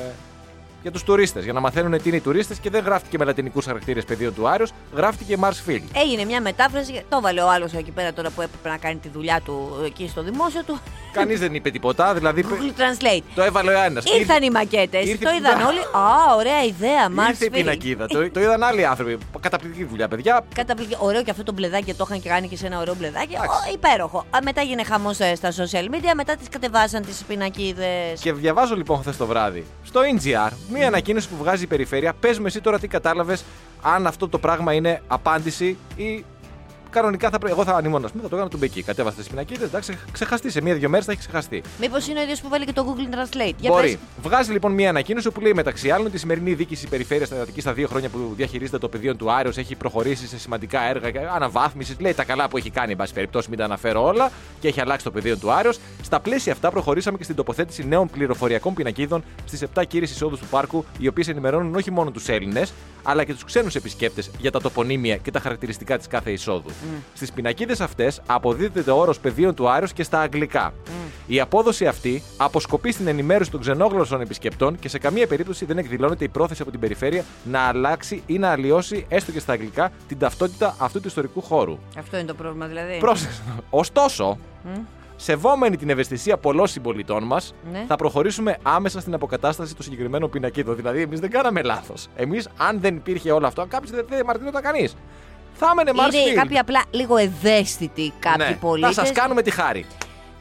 C: για τους τουρίστες, για να μαθαίνουν τι είναι οι τουρίστες και δεν γράφτηκε με λατινικούς χαρακτήρες πεδίο του Άριος, γράφτηκε
D: [laughs]
C: Marsfield.
D: Έγινε μια μετάφραση, το βάλε ο άλλος εκεί πέρα τώρα που έπρεπε να κάνει τη δουλειά του εκεί στο δημόσιο του.
C: Κανείς δεν είπε τίποτα, δηλαδή
D: Google Translate.
C: το έβαλε ο Άννας.
D: Ήρθαν οι μακέτες.
C: ήρθε-
D: Το είδαν
C: [laughs]
D: όλοι. Α, ωραία ιδέα,
C: Ήρθε η
D: Marsfield.
C: πινακίδα, το, το είδαν άλλοι άνθρωποι. Καταπληκτική δουλειά, παιδιά.
D: Καταπληκτικό. Ωραίο και αυτό το μπλεδάκι το είχαν και κάνει και σε ένα ωραίο μπλεδάκι.
C: Εντάξει.
D: Ω, υπέροχο. Α, μετά έγινε χαμός στα social media, μετά τις κατεβάσαν τις πινακίδες.
C: Και διαβάζω λοιπόν χθες το βράδυ στο NGR μία ανακοίνωση που βγάζει η περιφέρεια. Πες με εσύ τώρα τι κατάλαβες, αν αυτό το πράγμα είναι απάντηση ή κανονικά θα πρέπει. Εγώ θα ανήμουν, ας πούμε, θα το έκανα τον Μπεκί. Κατέβασε τις πινακίδες, εντάξει, ξεχαστεί. Σε μία-δύο μέρες θα έχει ξεχαστεί.
D: Μήπως είναι ο ίδιος που βάλει και το Google Translate. Για
C: Μπορεί.
D: πες.
C: Βγάζει λοιπόν μία ανακοίνωση που λέει μεταξύ άλλων ότι η σημερινή διοίκηση περιφέρεια Αδατική στα δύο χρόνια που διαχειρίζεται το πεδίο του Άρεος έχει προχωρήσει σε σημαντικά έργα αναβάθμισης. Λέει τα καλά που έχει κάνει, εν πάση περιπτώσει, μην τα αναφέρω όλα και έχει αλλάξει το πεδίο του Άρεος. Στα πλαίσια αυτά προχωρήσαμε και στην τοποθέτηση νέων πληροφοριακών πινακίδων στις 7 κύριε εισόδου του πάρκου, οι οποίες ενημερώνουν όχι μόνο τους Έλληνες, αλλά και τους ξένους επισκέπτες για τα τοπονύμια και τα χαρακτηριστικά της κάθε εισόδου. Στις πινακίδες αυτές αποδίδεται ο όρος πεδίων του Άρεο και στα αγγλικά. Η απόδοση αυτή αποσκοπεί στην ενημέρωση των ξενόγλωσσων επισκεπτών και σε καμία περίπτωση δεν εκδηλώνεται η πρόθεση από την περιφέρεια να αλλάξει ή να αλλοιώσει έστω και στα αγγλικά την ταυτότητα αυτού του ιστορικού χώρου.
D: Αυτό είναι το πρόβλημα δηλαδή.
C: Πρόσεξε. Ωστόσο, σεβόμενη την ευαισθησία πολλών συμπολιτών μας,
D: Ναι.
C: θα προχωρήσουμε άμεσα στην αποκατάσταση του συγκεκριμένου πινακίδου. Δηλαδή, εμείς δεν κάναμε λάθος. Εμείς, αν δεν υπήρχε όλο αυτό, κάποιος δεν θα διαμαρτυρόταν κανείς. Θα έμενε
D: Είναι
C: Marsfield.
D: κάποιοι απλά λίγο ευαίσθητοι κάποιοι
C: ναι.
D: πολίτες.
C: Θα σας κάνουμε τη χάρη.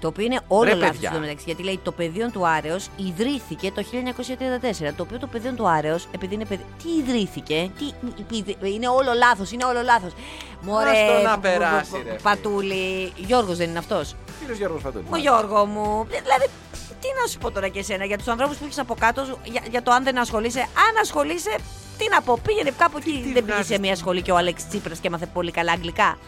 D: Το οποίο είναι όλο
C: Ρε,
D: λάθος
C: παιδιά.
D: εδώ μεταξύ. Γιατί λέει το πεδίο του Άρεος ιδρύθηκε το 1934. Το οποίο το πεδίο του Άρεος, επειδή είναι παιδί. Τι ιδρύθηκε, τι... είναι όλο λάθος, είναι όλο λάθος. Μωρέ,
C: Άστο να
D: π- π- π-
C: περάσει, ρε,
D: Πατούλη. Γιώργος δεν είναι αυτός.
C: Κύριος Γιώργος Φατούλη.
D: Ο Γιώργο μου. Δηλαδή, τι να σου πω τώρα και εσένα για τους ανθρώπους που έχεις από κάτω, σου, για, για το αν δεν ασχολείσαι. Αν ασχολείσαι, τι να πω, πήγαινε κάπου εκεί.
C: τι
D: δεν πήγε
C: βγάζεις
D: σε μια σχολή και ο Αλέξ Τσίπρας και έμαθε πολύ καλά αγγλικά.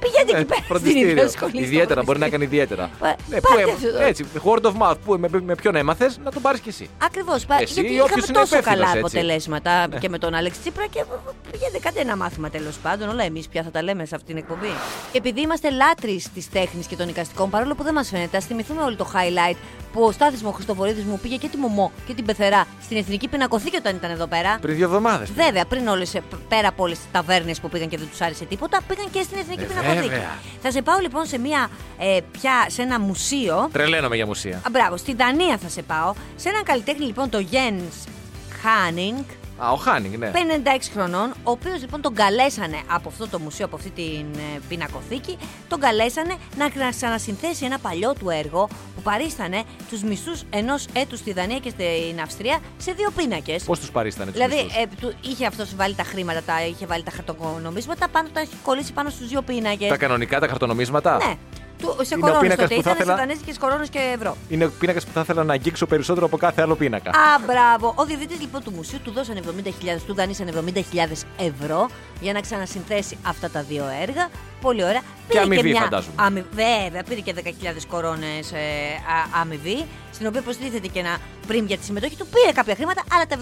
D: Πηγαίνετε εκεί πέρα.
C: Ε, Ναι,
D: στην
C: φροντιστήριο.
D: ίδια σχολή, στο
C: Ιδιαίτερα, μπορεί να
D: φροντιστήριο.
C: κάνει ιδιαίτερα.
D: Πα-
C: Ναι,
D: πάτε
C: έμαθε-
D: αυτό το-
C: έτσι, word of mouth, που, με, με ποιον έμαθες, να τον πάρεις κι εσύ.
D: Ακριβώς.
C: Εσύ ή
D: Γιατί είχαμε
C: όποιος είναι
D: τόσο
C: υπεύθυνος,
D: καλά
C: έτσι. Ναι.
D: αποτελέσματα και με τον Άλεξ Τσίπρα και πηγαίνετε κάτι ένα μάθημα τέλος πάντων. Όλα εμείς πια θα τα λέμε σε αυτήν την εκπομπή. Επειδή είμαστε λάτρεις της τέχνης και των οικαστικών, παρόλο που δεν μας φαίνεται, ας θυμηθούμε όλο το highlight που ο Στάθης μου Χριστοφορίδη μου πήγε και τη Μωμό και την Πεθερά στην Εθνική Πινακοθήκη όταν ήταν εδώ πέρα.
C: Πριν δύο εβδομάδες.
D: Βέβαια, πριν όλες, ε, πέρα από όλες τις ταβέρνες που πήγαν και δεν τους άρεσε τίποτα, πήγαν και στην Εθνική
C: Ε,
D: Πινακοθήκη.
C: βέβαια.
D: Θα σε πάω λοιπόν σε, μια, ε, πια, σε ένα μουσείο
C: Τρελαίνομαι για μουσεία.
D: Α, μπράβο, στη Δανία θα σε πάω. Σε έναν καλλιτέχνη λοιπόν, το Jens Χάνινγκ,
C: Α, ο Χάνινγκ, ναι.
D: 56 χρονών, ο οποίος λοιπόν τον καλέσανε από αυτό το μουσείο, από αυτή την ε, πινακοθήκη, τον καλέσανε να κρα- ξανασυνθέσει ένα παλιό του έργο που παρίστανε τους μισθούς ενός έτους στη Δανία και στην Αυστρία σε δύο πίνακες.
C: Πώς τους παρίστανε τους
D: Δηλαδή, ε, του, είχε αυτός βάλει τα χρήματα, τα, είχε βάλει τα χαρτονομίσματα, πάνω τα έχει κολλήσει πάνω στους δύο πίνακες.
C: Τα κανονικά, τα χαρτονομίσματα.
D: Ναι, του, σε
C: Είναι ο
D: κορώνες
C: πίνακας
D: τότε.
C: που θα
D: Ήταν σε
C: ήθελα-
D: δανέζικε κορώνε και ευρώ.
C: Είναι ο πίνακας που θα ήθελα να αγγίξω περισσότερο από κάθε άλλο πίνακα.
D: Α, μπράβο. Ο διευθυντή λοιπόν του μουσείου του δώσανε 70.000, του δανείσαν 70.000 ευρώ για να ξανασυνθέσει αυτά τα δύο έργα. Πολύ ωραία.
C: αμοιβή, φαντάζομαι.
D: αμοι- Βέβαια, πήρε και 10.000 κορώνες ε, α- αμοιβή, στην οποία προστίθεται και ένα πριν για τη συμμετοχή του. Πήρε κάποια χρήματα, αλλά τα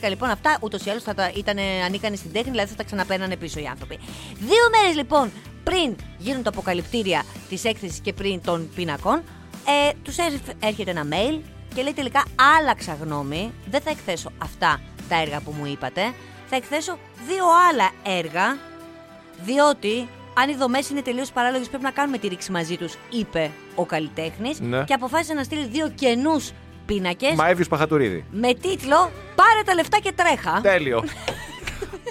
D: 70.000 λοιπόν αυτά ούτως ή άλλως θα τα ήταν ανήκανε στην τέχνη, δηλαδή θα τα ξαναπέρνανε πίσω οι άνθρωποι. Δύο μέρες λοιπόν πριν γίνουν τα αποκαλυπτήρια της έκθεσης και πριν των πίνακων, ε, τους έρχεται ένα mail και λέει τελικά άλλαξα γνώμη, δεν θα εκθέσω αυτά τα έργα που μου είπατε, θα εκθέσω δύο άλλα έργα διότι αν οι δομές είναι τελείως παράλογες, πρέπει να κάνουμε τη ρήξη μαζί τους, είπε ο καλλιτέχνης.
C: Ναι.
D: Και αποφάσισε να στείλει δύο καινούς πίνακες
C: Μαέβιο Παχατουρίδη.
D: με τίτλο Πάρε τα λεφτά και τρέχα. [laughs]
C: Τέλειο.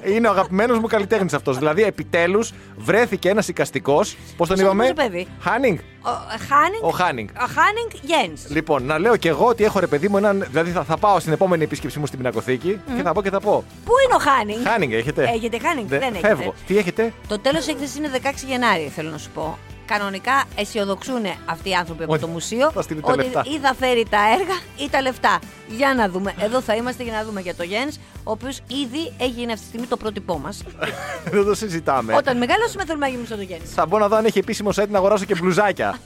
C: Είναι ο αγαπημένος μου καλλιτέχνης αυτός. Δηλαδή, επιτέλους βρέθηκε ένας οικαστικός. Πώς τον
D: Σαν
C: είπαμε,
D: κουζουπέδι.
C: Χάνινγκ.
D: Ο ε, Χάνινγκ.
C: Ο Χάνινγκ.
D: Ο Χάνινγκ Γιέν.
C: Λοιπόν, να λέω και εγώ ότι έχω ρε παιδί μου έναν. Δηλαδή, θα, θα πάω στην επόμενη επίσκεψή μου στην πινακοθήκη και θα πω και θα πω.
D: Πού είναι ο Χάνινγκ.
C: Χάνινγκ έχετε.
D: Έχετε Χάνινγκ, δεν έχετε.
C: Φεύγω. Τι
D: [laughs]
C: έχετε.
D: Το τέλος έκθεσης είναι 16 Γενάρη, θέλω να σου πω. Κανονικά αισιοδοξούν αυτοί οι άνθρωποι από
C: Ότι
D: το μουσείο
C: θα στείλει τα
D: ότι
C: λεφτά.
D: ή θα φέρει τα έργα ή τα λεφτά. Για να δούμε. Εδώ θα είμαστε για να δούμε για το Γιέν, ο οποίος ήδη έγινε αυτή τη στιγμή το πρότυπό μας.
C: δεν το συζητάμε.
D: Όταν μεγαλώσουμε θέλουμε να γίνουμε στο Γιάννη.
C: Θα μπω να δω αν έχει επίσημο site να αγοράσω και μπλουζάκια.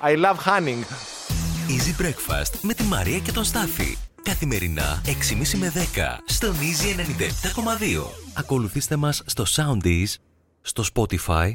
C: I love Hanning.
B: Easy Breakfast με τη Μαρία και τον Στάφη. Καθημερινά 6.30 με 10 στον Easy 97.2. Ακολουθήστε μας στο Soundees, στο Spotify,